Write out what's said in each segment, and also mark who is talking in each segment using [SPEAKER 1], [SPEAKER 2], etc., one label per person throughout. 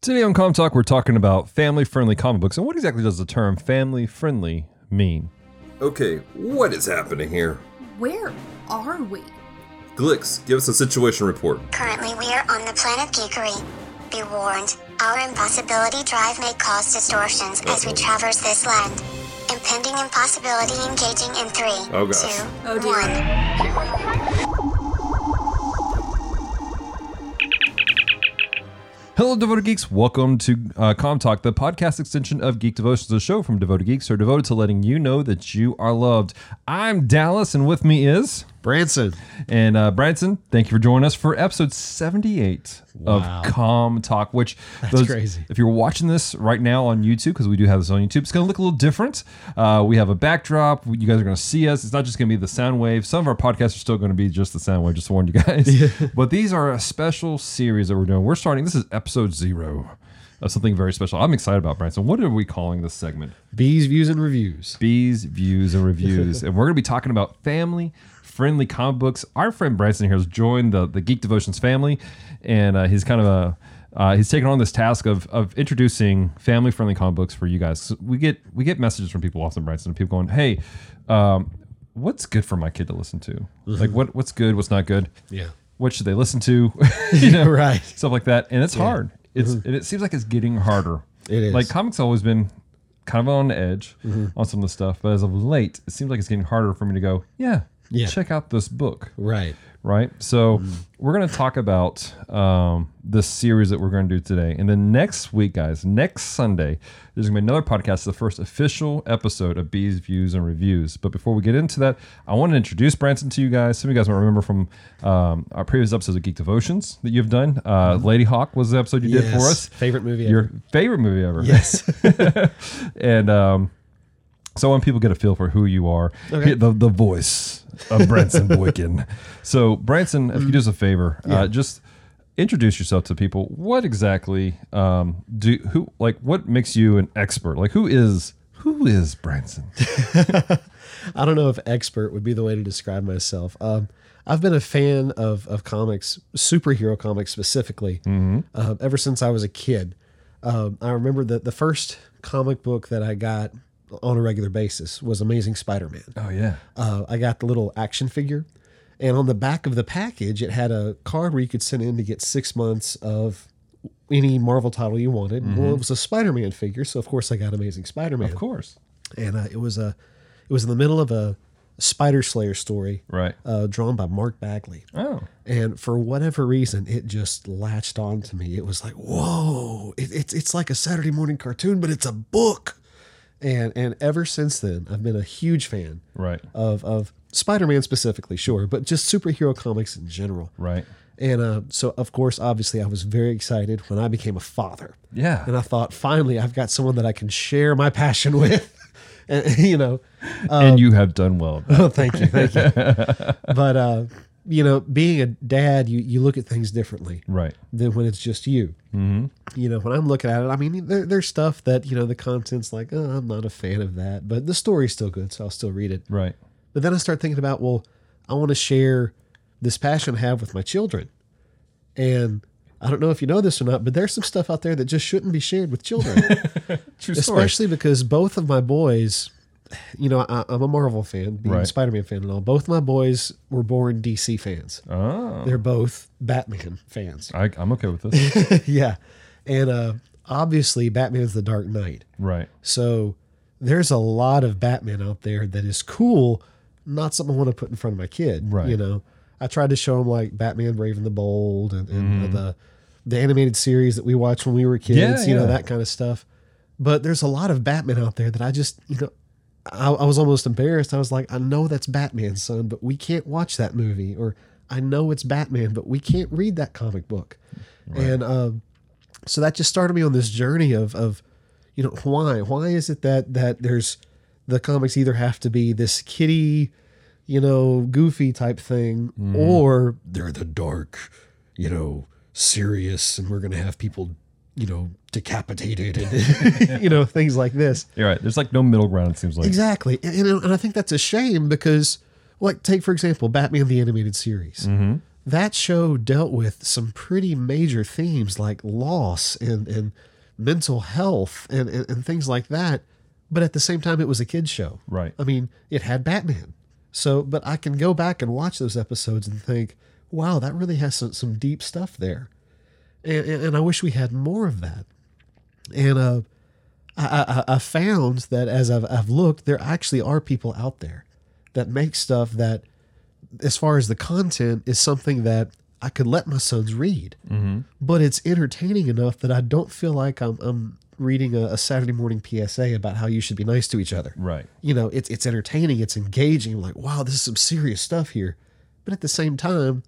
[SPEAKER 1] Today on Com Talk, we're talking about family friendly comic books. And what exactly does the term family friendly mean?
[SPEAKER 2] Okay, what is happening here?
[SPEAKER 3] Where are we?
[SPEAKER 2] Glix, give us a situation report.
[SPEAKER 4] Currently, we are on the planet Geekery. Be warned, our impossibility drive may cause distortions as we traverse this land. Impending impossibility engaging in three, two, one.
[SPEAKER 2] Oh, gosh.
[SPEAKER 3] Oh, dear.
[SPEAKER 1] Hello, devoted geeks. Welcome to uh, Com Talk, the podcast extension of Geek Devotions, the show from devoted geeks who are devoted to letting you know that you are loved. I'm Dallas, and with me is.
[SPEAKER 5] Branson.
[SPEAKER 1] And uh, Branson, thank you for joining us for episode 78
[SPEAKER 5] Wow.
[SPEAKER 1] of Com Talk, which those-
[SPEAKER 5] crazy.
[SPEAKER 1] If you're watching this right now on YouTube, because we do have this on YouTube, it's going to look a little different. Uh, we have a backdrop. You guys are going to see us. It's not just going to be the sound wave. Some of our podcasts are still going to be just the sound wave, just to warn you guys. But these are a special series that we're doing. We're starting, this is episode zero of something very special. I'm excited about, Branson. What are we calling this segment?
[SPEAKER 5] Bees, views, and reviews.
[SPEAKER 1] B's views and reviews, and we're gonna be talking about family friendly comic books. Our friend Bryson here has joined the the Geek Devotions family, and uh, he's kind of a uh, he's taken on this task of of introducing family friendly comic books for you guys. 'Cause we get we get messages from people often, Bryson, people going, "Hey, um, what's good for my kid to listen to? Like what what's good, what's not good?
[SPEAKER 5] Yeah.
[SPEAKER 1] what should they listen to?
[SPEAKER 5] Yeah, right.
[SPEAKER 1] stuff like that. And it's hard. It's and it seems like it's getting harder.
[SPEAKER 5] Mm-hmm. It is. Mm-hmm.
[SPEAKER 1] Like comics always been kind of on edge on some of the stuff, but as of late, it seems like it's getting harder for me to go, yeah,
[SPEAKER 5] Yeah.
[SPEAKER 1] check out this book.
[SPEAKER 5] Right.
[SPEAKER 1] Right. So
[SPEAKER 5] Mm-hmm.
[SPEAKER 1] we're gonna talk about um this series that we're gonna do today. And then next week, guys, next Sunday, there's gonna be another podcast, the first official episode of Bees Views and Reviews. But before we get into that, I want to introduce Branson to you guys. Some of you guys might remember from um, our previous episodes of Geek Devotions that you've done. Uh, Lady Hawk was the episode you did for us.
[SPEAKER 5] Mm-hmm. Favorite movie
[SPEAKER 1] Your
[SPEAKER 5] ever.
[SPEAKER 1] favorite movie ever.
[SPEAKER 5] Yes.
[SPEAKER 1] And um, so when people get a feel for who you are,
[SPEAKER 5] Okay.
[SPEAKER 1] hit the, the voice of Branson Boykin. So Branson, if you
[SPEAKER 5] Mm.
[SPEAKER 1] do us a favor, uh, just introduce yourself to people. What exactly um, do who like? What makes you an expert? Like who is who is Branson?
[SPEAKER 5] I don't know if expert would be the way to describe myself. Um, I've been a fan of, of comics, superhero comics specifically, um, ever since I was a kid. Um, I remember that the first comic book that I got on a regular basis was Amazing Spider Man.
[SPEAKER 1] Oh yeah,
[SPEAKER 5] uh, I got the little action figure, and on the back of the package, it had a card where you could send in to get six months of any Marvel title you wanted. Well, it was a Spider-Man figure, so of course I got Amazing Spider-Man,
[SPEAKER 1] Mm-hmm. of course.
[SPEAKER 5] and uh, it was a it was in the middle of a Spider Slayer story,
[SPEAKER 1] Right.
[SPEAKER 5] uh, drawn by Mark Bagley.
[SPEAKER 1] Oh,
[SPEAKER 5] And for whatever reason, it just latched on to me. It was like, whoa, it, it's it's like a Saturday morning cartoon, but it's a book. And and ever since then, I've been a huge fan
[SPEAKER 1] right,
[SPEAKER 5] of of Spider-Man specifically, sure, but just superhero comics in general.
[SPEAKER 1] right.
[SPEAKER 5] And uh, so, of course, obviously, I was very excited when I became a father.
[SPEAKER 1] Yeah.
[SPEAKER 5] And I thought, finally, I've got someone that I can share my passion with. and, you know, Um,
[SPEAKER 1] and you have done well.
[SPEAKER 5] oh, thank you, thank you. but uh, you know, being a dad, you you look at things differently
[SPEAKER 1] Right.
[SPEAKER 5] than when it's just you. Mm-hmm. You know, when I'm looking at it, I mean, there, there's stuff that you know the content's like, oh, I'm not a fan of that, but the story's still good, so I'll still read it.
[SPEAKER 1] Right.
[SPEAKER 5] But then I start thinking about, well, I want to share this passion I have with my children. And I don't know if you know this or not, but there's some stuff out there that just shouldn't be shared with children,
[SPEAKER 1] True story.
[SPEAKER 5] especially because both of my boys, you know, I, I'm a Marvel fan, being
[SPEAKER 1] Right.
[SPEAKER 5] a Spider Man fan and all. Both my boys were born DC fans.
[SPEAKER 1] Oh,
[SPEAKER 5] They're both Batman fans.
[SPEAKER 1] I, I'm okay with this.
[SPEAKER 5] yeah. And uh, obviously, Batman's the Dark Knight.
[SPEAKER 1] right.
[SPEAKER 5] So there's a lot of Batman out there that is cool, not something I want to put in front of my kid.
[SPEAKER 1] Right.
[SPEAKER 5] You know, I tried to show him like Batman Brave and the Bold and, and the the animated series that we watched when we were kids,
[SPEAKER 1] Yeah,
[SPEAKER 5] you know,
[SPEAKER 1] yeah.
[SPEAKER 5] that kind of stuff. But there's a lot of Batman out there that I just, you know, I, I was almost embarrassed. I was like, I know that's Batman, son, but we can't watch that movie. Or I know it's Batman, but we can't read that comic book. And um, so that just started me on this journey of of you know why why is it that that there's the comics either have to be this kitty you know goofy type thing or Mm-hmm. they're the dark you know serious and we're gonna have people you know decapitated and you know things like this
[SPEAKER 1] You're right. There's like no middle ground. It seems like.
[SPEAKER 5] Exactly, and, and, and I think that's a shame because, like, take for example, Batman the animated series. that show dealt with some pretty major themes like loss and, and mental health and, and, and things like that. But at the same time, it was a kid's show.
[SPEAKER 1] Right.
[SPEAKER 5] I mean, it had Batman. So, but I can go back and watch those episodes and think, wow, that really has some, some deep stuff there. And, and, and I wish we had more of that. And uh, I, I, I found that as I've, I've looked, there actually are people out there that make stuff that, as far as the content, is something that I could let my sons read, but it's entertaining enough that I don't feel like I'm, I'm reading a, a Saturday morning PSA about how you should be nice to each other
[SPEAKER 1] Right.
[SPEAKER 5] you know, it's it's entertaining, it's engaging. Like, wow, this is some serious stuff here. But at the same time,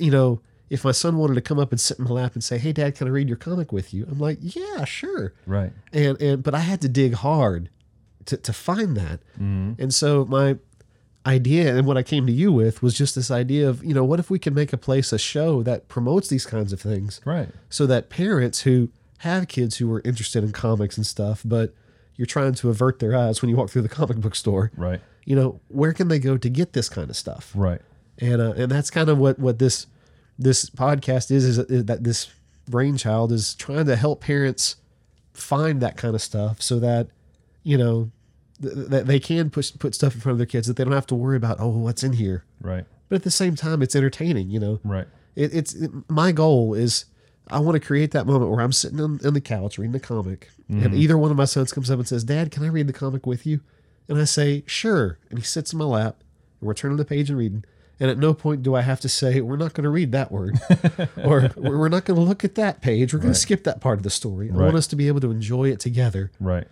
[SPEAKER 5] you know, if my son wanted to come up and sit in my lap and say, "Hey, Dad, can I read your comic with you?" I'm like, "Yeah, sure."
[SPEAKER 1] Right.
[SPEAKER 5] And and but I had to dig hard to to find that. And so my idea and what I came to you with was just this idea of, you know, what if we can make a place, a show that promotes these kinds of things,
[SPEAKER 1] Right.
[SPEAKER 5] so that parents who have kids who are interested in comics and stuff, but you're trying to avert their eyes when you walk through the comic book store.
[SPEAKER 1] Right.
[SPEAKER 5] You know, where can they go to get this kind of stuff?
[SPEAKER 1] Right.
[SPEAKER 5] And uh, and that's kind of what what this this podcast is, is is that this brainchild is trying to help parents find that kind of stuff so that you know th- th- that they can push put stuff in front of their kids that they don't have to worry about oh what's in here.
[SPEAKER 1] Right.
[SPEAKER 5] But at the same time, it's entertaining. You know,
[SPEAKER 1] Right.
[SPEAKER 5] it, it's it, my goal is I want to create that moment where I'm sitting on, on the couch reading the comic,
[SPEAKER 1] Mm-hmm.
[SPEAKER 5] and either one of my sons comes up and says, "Dad, can I read the comic with you?" And I say, "Sure." And he sits in my lap, and we're turning the page and reading. And at no point do I have to say, "We're not going to read that word," or "We're we're not going to look at that page. We're going to skip that part of the story." I
[SPEAKER 1] Right.
[SPEAKER 5] want us to be able to enjoy it together,
[SPEAKER 1] Right.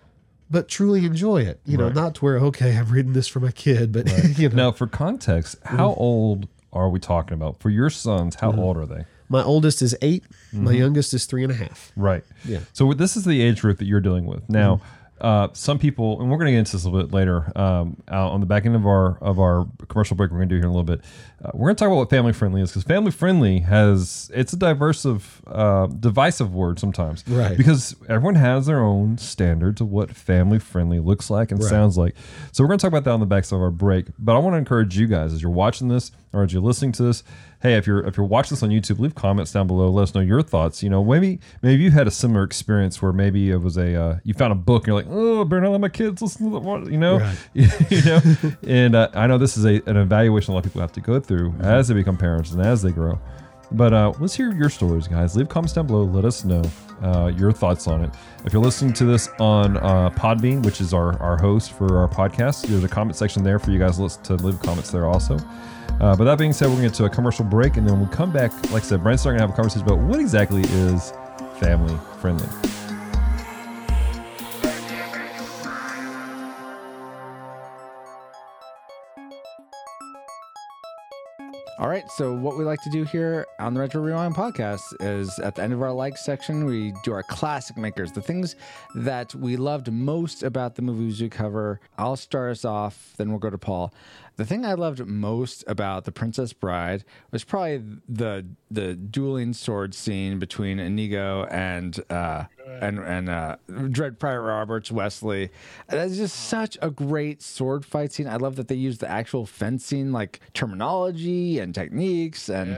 [SPEAKER 5] but truly enjoy it. You
[SPEAKER 1] Right.
[SPEAKER 5] know, not to where okay, I'm reading this for my kid, but you know,
[SPEAKER 1] Now, for context, how old are we talking about? For your sons, how old are they?
[SPEAKER 5] my oldest is 8
[SPEAKER 1] Mm-hmm.
[SPEAKER 5] my youngest is three and a half.
[SPEAKER 1] Right.
[SPEAKER 5] Yeah.
[SPEAKER 1] So this is the age group that you're dealing with now. Uh, some people, and we're going to get into this a little bit later um, out on the back end of our of our commercial break. We're going to do here in a little bit. Uh, we're going to talk about what family friendly is because family friendly has it's a diverse of uh, divisive word sometimes,
[SPEAKER 5] Right.
[SPEAKER 1] Because everyone has their own standards of what family friendly looks like and sounds like. So we're going to talk about that on the backside of our break. But I want to encourage you guys as you're watching this or as you're listening to this, hey, if you're if you're watching this on YouTube, leave comments down below. Let us know your thoughts. You know, maybe maybe you had a similar experience where maybe it was a uh, you found a book and you're like, oh, I better not let my kids listen to that. one," You know, you know. and uh, I know this is a, an evaluation a lot of people have to go through as they become parents and as they grow. But uh, let's hear your stories, guys. Leave comments down below. Let us know uh, your thoughts on it. If you're listening to this on uh, Podbean, which is our, our host for our podcast, there's a comment section there for you guys to listen- to leave comments there also. Uh, but that being said, we're going to get to a commercial break. And then when we come back, like I said, Brent's going to have a conversation about what exactly is family friendly.
[SPEAKER 6] All right, so what we like to do here on the Retro Rewind podcast is at the end of our like section, we do our classic makers, the things that we loved most about the movies we cover. I'll start us off, then we'll go to Paul. The thing I loved most about The Princess Bride was probably the the dueling sword scene between Inigo and uh, and and uh, Dread Pirate Roberts Wesley. That's just such a great sword fight scene. I love that they use the actual fencing like terminology and techniques. And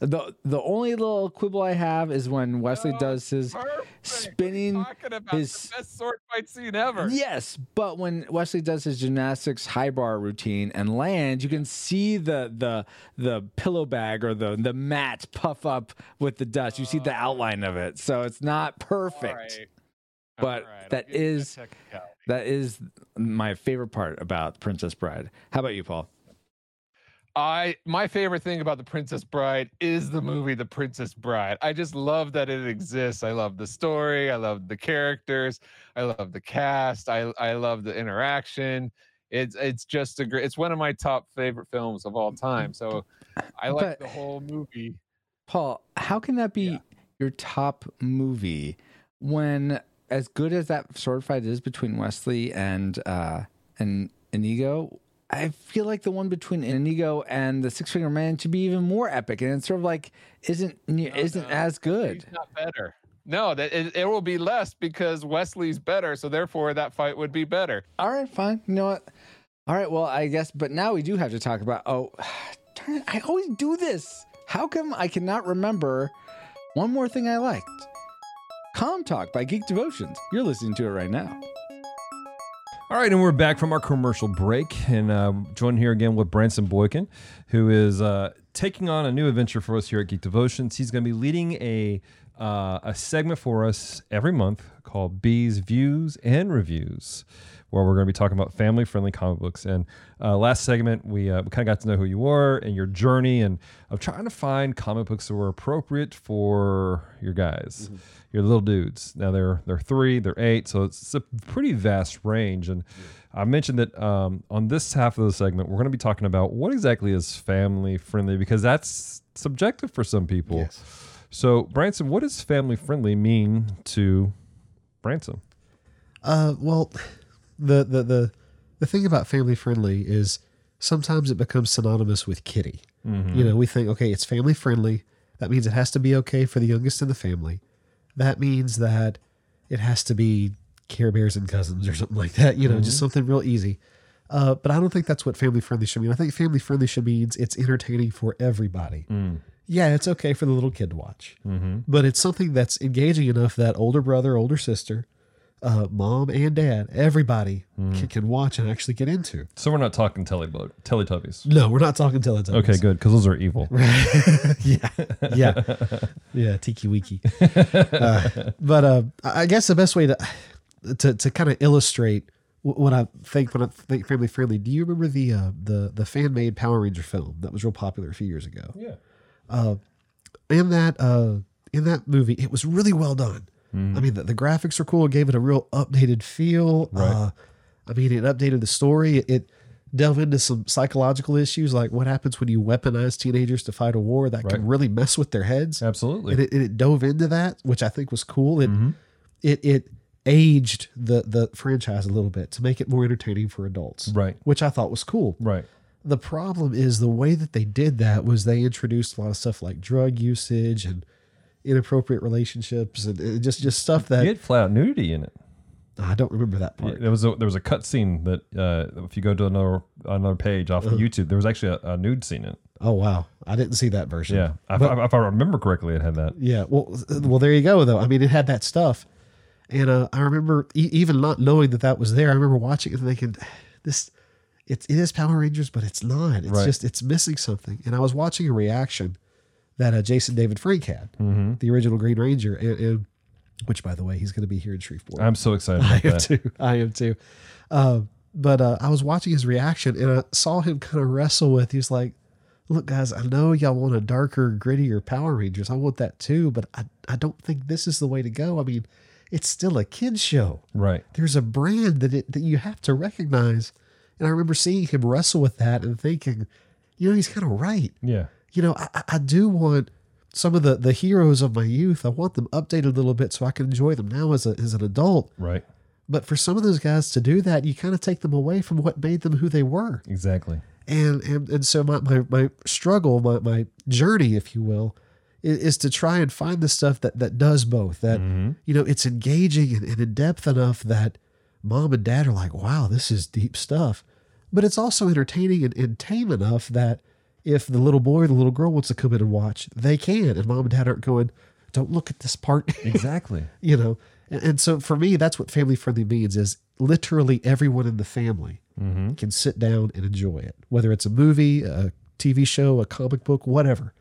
[SPEAKER 6] the the only little quibble I have is when Wesley does his
[SPEAKER 7] perfect.
[SPEAKER 6] spinning
[SPEAKER 7] talking about
[SPEAKER 6] Mm, his
[SPEAKER 7] the best sword fight scene ever.
[SPEAKER 6] Yes, but when Wesley does his gymnastics high bar routine and lands, you can see the the the pillow bag or the the mat puff up with the dust. You see the outline of it, so it's not perfect. But that is- That is my favorite part about Princess Bride. How about you, Paul?
[SPEAKER 7] I my favorite thing about The Princess Bride is the movie The Princess Bride. I just love that it exists. I love the story. I love the characters. I love the cast. I I love the interaction. It's it's just a great. It's one of my top favorite films of all time. So I like
[SPEAKER 6] Mm, But-
[SPEAKER 7] the whole movie.
[SPEAKER 6] Paul, how can that be
[SPEAKER 7] Yeah.
[SPEAKER 6] your top movie when as good as that sword fight is between Wesley and uh and Inigo? I feel like the one between Inigo and the Six Finger Man should be even more epic, and it's sort of like isn't
[SPEAKER 7] No,
[SPEAKER 6] isn't
[SPEAKER 7] no,
[SPEAKER 6] as good.
[SPEAKER 7] He's not better. No, that it, it will be less because Wesley's better. So therefore, that fight would be better.
[SPEAKER 6] All right, fine. You know what? All right, well, I guess, but now we do have to talk about. Oh, darn it! I always do this. How come I cannot remember one more thing I liked? Calm Talk by Geek Devotions. You're listening to it right now.
[SPEAKER 1] All right, and we're back from our commercial break, and uh, joined here again with Branson Boykin, who is uh, taking on a new adventure for us here at Geek Devotions. He's going to be leading a uh, a segment for us every month called B's Views and Reviews, where we're going to be talking about family friendly comic books. And uh, last segment, we uh, we kind of got to know who you were and your journey, and of trying to find comic books that were appropriate for your guys,
[SPEAKER 5] Mm-hmm.
[SPEAKER 1] your little dudes. Now they're they're three, they're eight, so it's a pretty vast range. And I mentioned that um, on this half of the segment, we're going to be talking about what exactly is family friendly because that's subjective for some people. So, Branson, what does family friendly mean to Branson?
[SPEAKER 5] Uh, well, the the the the thing about family friendly is sometimes it becomes synonymous with kitty. You know, we think okay, it's family friendly. That means it has to be okay for the youngest in the family. That means that it has to be Care Bears and cousins or something like that. You know, just something real easy. Uh, but I don't think that's what family friendly should mean. I think family friendly should means it's entertaining for everybody. Yeah, it's okay for the little kid to watch, but it's something that's engaging enough that older brother, older sister, uh, mom and dad, everybody
[SPEAKER 1] Hmm.
[SPEAKER 5] can, can watch and actually get into.
[SPEAKER 1] So, we're not talking Telly- Teletubbies.
[SPEAKER 5] No, we're not talking Teletubbies.
[SPEAKER 1] Okay, good, because those are evil.
[SPEAKER 5] yeah, yeah, yeah. Tiki Wiki. Uh, but uh, I I guess the best way to to, to kind of illustrate wh- what I think when I think family friendly. Do you remember the uh, the the fan made Power Ranger film that was real popular a few years ago? Uh,
[SPEAKER 1] Yeah.
[SPEAKER 5] in that uh in that movie it was really well done
[SPEAKER 1] Mm-hmm.
[SPEAKER 5] i mean the, the graphics were cool it gave it a real updated feel uh i mean it updated the story it, it delved into some psychological issues like what happens when you weaponize teenagers to fight a war that
[SPEAKER 1] Right.
[SPEAKER 5] can really mess with their heads
[SPEAKER 1] Absolutely.
[SPEAKER 5] and it, and it dove into that which i think was cool it
[SPEAKER 1] Mm-hmm.
[SPEAKER 5] it it aged the the franchise a little bit to make it more entertaining for adults
[SPEAKER 1] Right.
[SPEAKER 5] which i thought was cool
[SPEAKER 1] right.
[SPEAKER 5] the problem is the way that they did that was they introduced a lot of stuff like drug usage and inappropriate relationships and, and just just stuff that
[SPEAKER 1] You had flat out nudity in it.
[SPEAKER 5] I don't remember that part.
[SPEAKER 1] There was a there was a cut scene that uh, if you go to another another page off of YouTube, there was actually a, a nude scene in it.
[SPEAKER 5] Oh wow, I didn't see that version.
[SPEAKER 1] Yeah, if, I, if I remember correctly, it had that.
[SPEAKER 5] Yeah. Well, uh, well, there you go. Though I mean, it had that stuff, and uh, I remember e- even not knowing that that was there. I remember watching it and thinking, "Ah, "This, it's it is Power Rangers, but it's not. It's
[SPEAKER 1] Right.
[SPEAKER 5] just it's missing something." And I was watching a reaction that uh, Jason David Frank had, the original Green Ranger, and, and which, by the way, he's going to be here in Shreveport.
[SPEAKER 1] I'm so excited
[SPEAKER 5] I
[SPEAKER 1] about
[SPEAKER 5] am
[SPEAKER 1] that.
[SPEAKER 5] too. I am too. Uh, but uh, I was watching his reaction and I saw him kind of wrestle with. He was like, "Look, guys, I know y'all want a darker, grittier Power Rangers. I want that too, but I I don't think this is the way to go. I mean, it's still a kids show.
[SPEAKER 1] Right.
[SPEAKER 5] There's a brand that it, that you have to recognize." And I remember seeing him wrestle with that and thinking, you know, he's kind of right
[SPEAKER 1] Yeah.
[SPEAKER 5] you know, I, I- I do want some of the, the heroes of my youth. I want them updated a little bit so I can enjoy them now as, a, as an adult.
[SPEAKER 1] Right.
[SPEAKER 5] But for some of those guys to do that, you kind of take them away from what made them who they were.
[SPEAKER 1] Exactly.
[SPEAKER 5] And and, and so my, my, my struggle, my, my journey, if you will, i- is, to try and find the stuff that, that does both. That, you know, it's engaging and, and in depth enough that mom and dad are like, wow, this is deep stuff. But it's also entertaining and, and tame enough that if the little boy or the little girl wants to come in and watch, they can. And mom and dad aren't going, don't look at this part.
[SPEAKER 1] Exactly.
[SPEAKER 5] you know and, and so for me that's what family friendly means is literally everyone in the family can sit down and enjoy it whether it's a movie a tv show a comic book whatever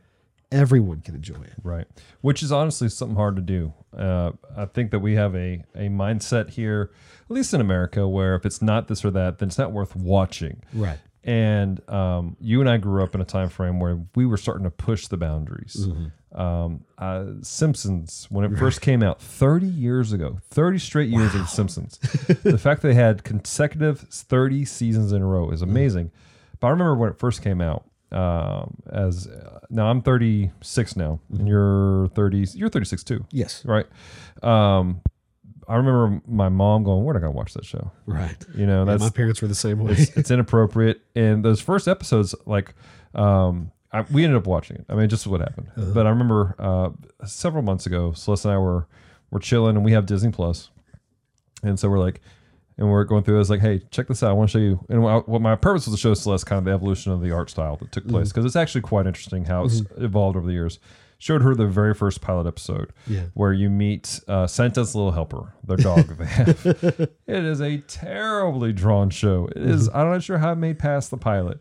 [SPEAKER 5] everyone can enjoy it
[SPEAKER 1] Right. Which is honestly something hard to do. Uh, I think that we have a, a mindset here, at least in America, where if it's not this or that, then it's not worth watching.
[SPEAKER 5] Right.
[SPEAKER 1] And um, you and I grew up in a time frame where we were starting to push the boundaries.
[SPEAKER 5] Mm-hmm.
[SPEAKER 1] Um, uh, Simpsons, when it first came out 30 years ago, 30 straight years of Simpsons. the fact that they had consecutive 30 seasons in a row is amazing. But I remember when it first came out. Um, as uh, now I'm 36 now, and you're 30. You're 36 too,
[SPEAKER 5] Mm-hmm. yes
[SPEAKER 1] right? Um, I remember my mom going, "We're not gonna watch that show."
[SPEAKER 5] right
[SPEAKER 1] You know,
[SPEAKER 5] and
[SPEAKER 1] that's
[SPEAKER 5] my parents were the same way
[SPEAKER 1] it's, it's inappropriate. And those first episodes, like, um, I, we ended up watching it. I mean, just what happened. But I remember uh, several months ago, Celeste and I were were chilling, and we have Disney Plus, and so we're like, and we are going through. it. I was like, "Hey, check this out. I want to show you." And what what my purpose was to show Celeste kind of the evolution of the art style that took place because it's actually quite interesting how it's evolved over the years. Showed her the very first pilot episode
[SPEAKER 5] Yeah.
[SPEAKER 1] where you meet uh, Santa's little helper, their dog that they have. It is a terribly drawn show. It is- I'm not sure how it made past the pilot,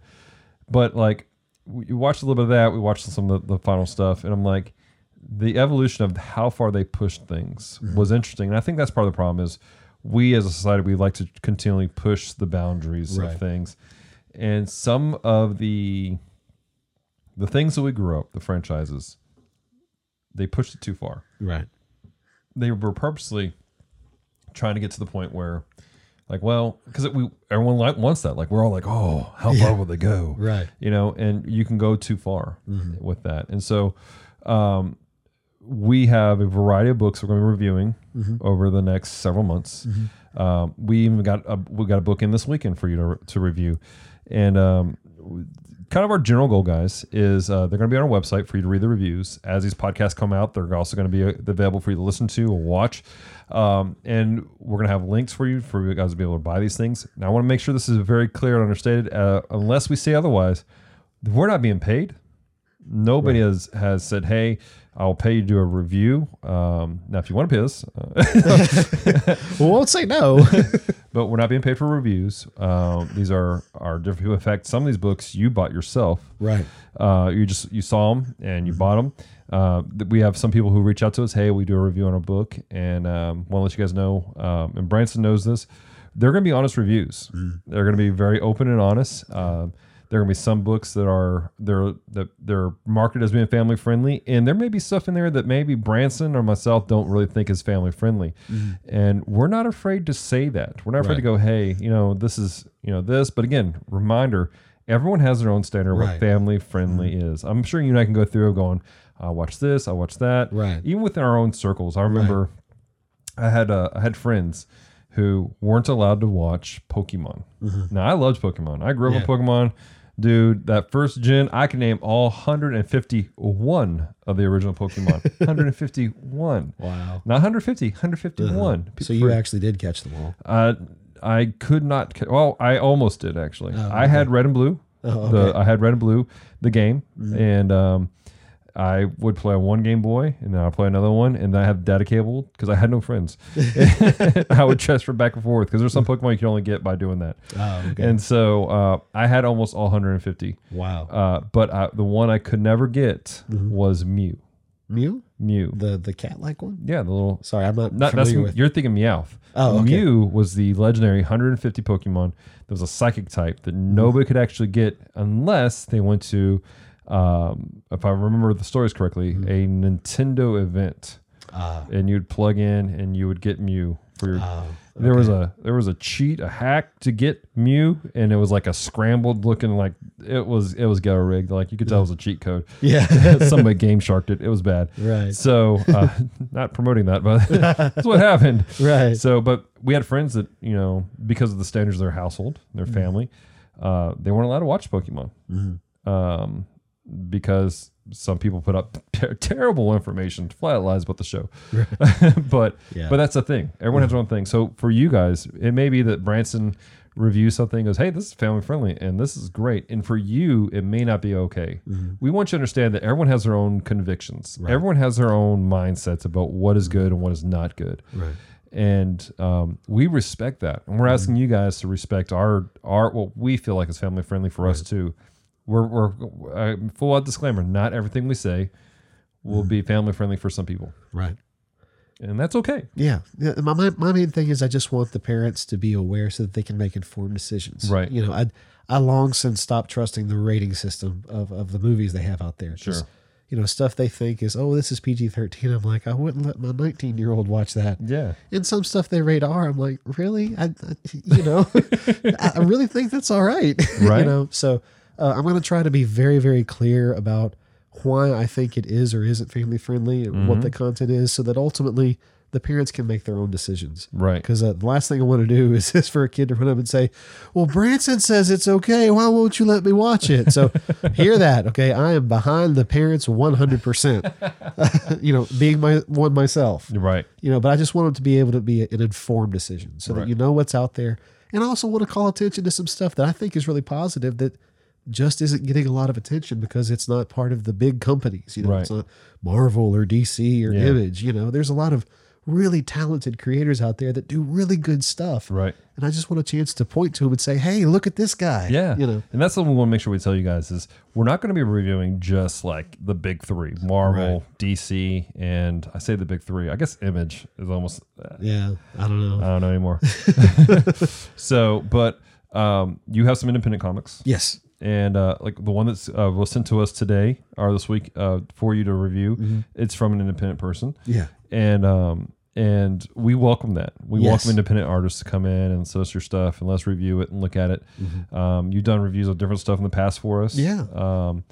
[SPEAKER 1] but like we we watched a little bit of that. We watched some of the, the final stuff, and I'm like, the evolution of how far they pushed things was interesting. And I think that's part of the problem is we as a society we like to continually push the boundaries
[SPEAKER 5] Right.
[SPEAKER 1] of things, and some of the the things that we grew up, the franchises, they pushed it too far
[SPEAKER 5] Right.
[SPEAKER 1] they were purposely trying to get to the point where like well because we everyone like wants that like we're all like oh how far will they go
[SPEAKER 5] Right.
[SPEAKER 1] you know and you can go too far with that and so um, we have a variety of books we're going to be reviewing over the next several months um, we even got a, we got a book in this weekend for you to, to review and um, kind of our general goal, guys, is uh, they're going to be on our website for you to read the reviews. As these podcasts come out, they're also going to be uh, available for you to listen to or watch. Um, and we're going to have links for you for you guys to be able to buy these things. Now, I want to make sure this is very clear and understated. Uh, unless we say otherwise, we're not being paid. Nobody has, has said, hey, I'll pay you to do a review. Um, now, if you want to pay us, uh,
[SPEAKER 5] Well, won't say no.
[SPEAKER 1] but we're not being paid for reviews. Um, these are, are different people. In fact, some of these books you bought yourself.
[SPEAKER 5] right.
[SPEAKER 1] Uh, you just you saw them and you bought them. Uh, th- we have some people who reach out to us. Hey, we do a review on a book, and um, want to let you guys know. Um, and Branson knows this. They're going to be honest reviews. They're going to be very open and honest. Um, there are going to be some books that are they're that they're marketed as being family friendly, and there may be stuff in there that maybe Branson or myself don't really think is family friendly, and we're not afraid to say that. We're not afraid to go, hey, you know, this is you know this. But again, reminder: everyone has their own standard of
[SPEAKER 5] Right.
[SPEAKER 1] what family friendly
[SPEAKER 5] Mm-hmm.
[SPEAKER 1] is. I'm sure you and I can go through going, I watch this, I watch that.
[SPEAKER 5] Right.
[SPEAKER 1] Even within our own circles, I remember I had uh, I had friends who weren't allowed to watch Pokemon.
[SPEAKER 5] Mm-hmm.
[SPEAKER 1] Now I loved Pokemon. I grew up with Pokemon. Dude, that first gen, I can name all 151 of the original Pokemon. 151.
[SPEAKER 5] Wow. Uh-huh.
[SPEAKER 1] Not 150, 151.
[SPEAKER 5] So you actually did catch them all.
[SPEAKER 1] Uh, I could not. ca- Well, I almost did actually. I had red and blue. the, I had red and blue, the game, and um, I would play on one Game Boy, and then I would play another one, and then I had data cable because I had no friends. I would transfer back and forth because there's some Pokemon you can only get by doing that.
[SPEAKER 5] Oh,
[SPEAKER 1] And so uh, I had almost all 150.
[SPEAKER 5] Wow.
[SPEAKER 1] Uh, but I, the one I could never get was Mew.
[SPEAKER 5] Mew?
[SPEAKER 1] Mew.
[SPEAKER 5] The the cat like one?
[SPEAKER 1] yeah, the little
[SPEAKER 5] Sorry, I'm not,
[SPEAKER 1] not that's
[SPEAKER 5] familiar with
[SPEAKER 1] you're thinking Meowth.
[SPEAKER 5] Oh, okay.
[SPEAKER 1] Mew was the legendary 150 Pokemon. There was a psychic type that
[SPEAKER 5] Mm-hmm.
[SPEAKER 1] nobody could actually get unless they went to, um, if I remember the stories correctly, a Nintendo event,
[SPEAKER 5] Mm-hmm. Ah.
[SPEAKER 1] and you'd plug in and you would get Mew for your. There was a there was a cheat a hack to get Mew and it was like a scrambled looking like it was it was ghetto rigged like you could tell it was a cheat code
[SPEAKER 5] Yeah.
[SPEAKER 1] somebody game sharked it it was bad
[SPEAKER 5] Right.
[SPEAKER 1] so uh, not promoting that but that's what happened
[SPEAKER 5] Right.
[SPEAKER 1] so but we had friends that you know because of the standards of their household their family uh, they weren't allowed to watch pokemon um, because some people put up ter- terrible information flat lies about the show but
[SPEAKER 5] Yeah.
[SPEAKER 1] but that's the thing everyone has their own thing so for you guys it may be that branson reviews something goes hey this is family friendly and this is great and for you it may not be okay we want you to understand that everyone has their own convictions everyone has their own mindsets about what is good and what is not good
[SPEAKER 5] Right.
[SPEAKER 1] and um, we respect that and we're asking you guys to respect our our what we feel like is family friendly for us too we're, we're uh, full out disclaimer not everything we say will be family friendly for some people
[SPEAKER 5] Right.
[SPEAKER 1] and that's okay
[SPEAKER 5] Yeah. Yeah, My, my my main thing is I just want the parents to be aware so that they can make informed decisions.
[SPEAKER 1] Right.
[SPEAKER 5] You know, I I long since stopped trusting the rating system of, of the movies they have out there. Just,
[SPEAKER 1] Sure.
[SPEAKER 5] you know, stuff they think is, oh, this is PG thirteen. I'm like, I wouldn't let my nineteen year old watch that.
[SPEAKER 1] yeah
[SPEAKER 5] And some stuff they rate R, I'm like, really? I, I you know, I I really think that's all right. you
[SPEAKER 1] Right.
[SPEAKER 5] know, so uh, I'm going to try to be very, very clear
[SPEAKER 1] Mm-hmm.
[SPEAKER 5] about why I think it is or isn't family friendly and what the content is, so that ultimately the parents can make their own decisions.
[SPEAKER 1] Right.
[SPEAKER 5] Because uh, the last thing I want to do is, is for a kid to run up and say, "Well, Branson says it's okay. Why won't you let me watch it?" So hear that, okay? I am behind the parents one hundred percent. You know, being my one myself.
[SPEAKER 1] Right.
[SPEAKER 5] You know, but I just want them to be able to be an informed decision, so
[SPEAKER 1] Right.
[SPEAKER 5] that you know what's out there, and I also want to call attention to some stuff that I think is really positive that just isn't getting a lot of attention because it's not part of the big companies. You know,
[SPEAKER 1] Right.
[SPEAKER 5] it's not Marvel or DC or
[SPEAKER 1] Yeah.
[SPEAKER 5] Image. You know, there's a lot of really talented creators out there that do really good stuff.
[SPEAKER 1] Right.
[SPEAKER 5] And I just want a chance to point to him and say, "Hey, look at this guy."
[SPEAKER 1] Yeah.
[SPEAKER 5] You know.
[SPEAKER 1] And that's what we want to make sure we tell you guys is we're not going to be reviewing just like the big three, Marvel, DC, and I say the big three. I guess Image is almost
[SPEAKER 5] Yeah. I don't know.
[SPEAKER 1] I don't know anymore. so, but um, you have some independent comics,
[SPEAKER 5] yes.
[SPEAKER 1] and uh, like the one that's uh, was sent to us today or this week uh, for you to review.
[SPEAKER 5] Mm-hmm.
[SPEAKER 1] It's from an independent person,
[SPEAKER 5] Yeah.
[SPEAKER 1] and um, and we welcome that. We
[SPEAKER 5] Yes.
[SPEAKER 1] welcome independent artists to come in and send us your stuff, and let's review it and look at it. Um, you've done reviews of different stuff in the past for us,
[SPEAKER 5] Mm-hmm. Yeah. Mm-hmm.
[SPEAKER 1] Um,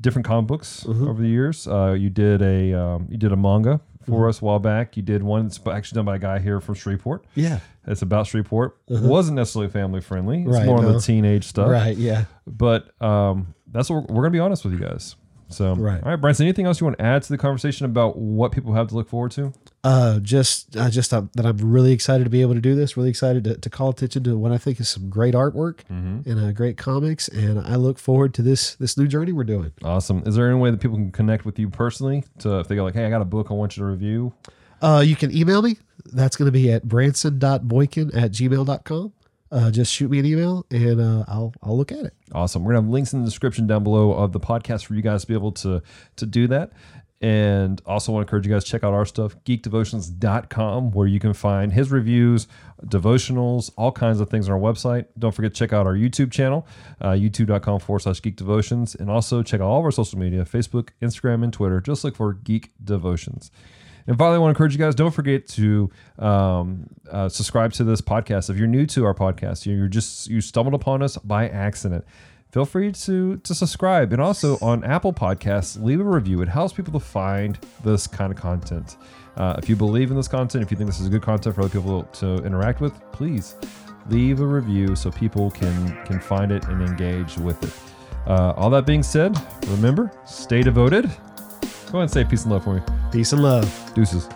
[SPEAKER 1] different comic books over the years. Uh, you did a um, you did a manga
[SPEAKER 5] Mm-hmm.
[SPEAKER 1] for us a while back. You did one that's actually done by a guy here from Shreveport.
[SPEAKER 5] Yeah. Uh-huh.
[SPEAKER 1] It's about Shreveport. Wasn't necessarily family friendly. It's
[SPEAKER 5] Right,
[SPEAKER 1] more on
[SPEAKER 5] no.
[SPEAKER 1] the teenage stuff.
[SPEAKER 5] Right. Yeah.
[SPEAKER 1] But um, that's what we're, we're going to be honest with you guys. So,
[SPEAKER 5] Right.
[SPEAKER 1] all right, Bryson, anything else you want to add to the conversation about what people have to look forward to?
[SPEAKER 5] Uh, just I just uh, that I'm really excited to be able to do this. Really excited to, to call attention to what I think is some great artwork and uh, great comics, and I look forward to this this new journey we're doing.
[SPEAKER 1] Awesome. Is there any way that people can connect with you personally to if they go like, hey, I got a book I want you to review?
[SPEAKER 5] Uh, you can email me. That's going to be at branson.boykin at gmail.com. Uh, just shoot me an email and uh, I'll I'll look at it.
[SPEAKER 1] Awesome. We're gonna have links in the description down below of the podcast for you guys to be able to to do that. And also want to encourage you guys to check out our stuff, geekdevotions.com, where you can find his reviews, devotionals, all kinds of things on our website. Don't forget to check out our YouTube channel, uh, youtube.com forward slash geekdevotions. And also check out all of our social media Facebook, Instagram, and Twitter. Just look for Geek Devotions. And finally, I want to encourage you guys don't forget to um, uh, subscribe to this podcast. If you're new to our podcast, you- you're just you stumbled upon us by accident. Feel free to to subscribe and also on Apple Podcasts, leave a review. It helps people to find this kind of content. Uh, if you believe in this content, if you think this is good content for other people to interact with, please leave a review so people can can find it and engage with it. Uh, all that being said, remember, stay devoted. Go ahead and say peace and love for me.
[SPEAKER 5] Peace and love.
[SPEAKER 1] Deuces.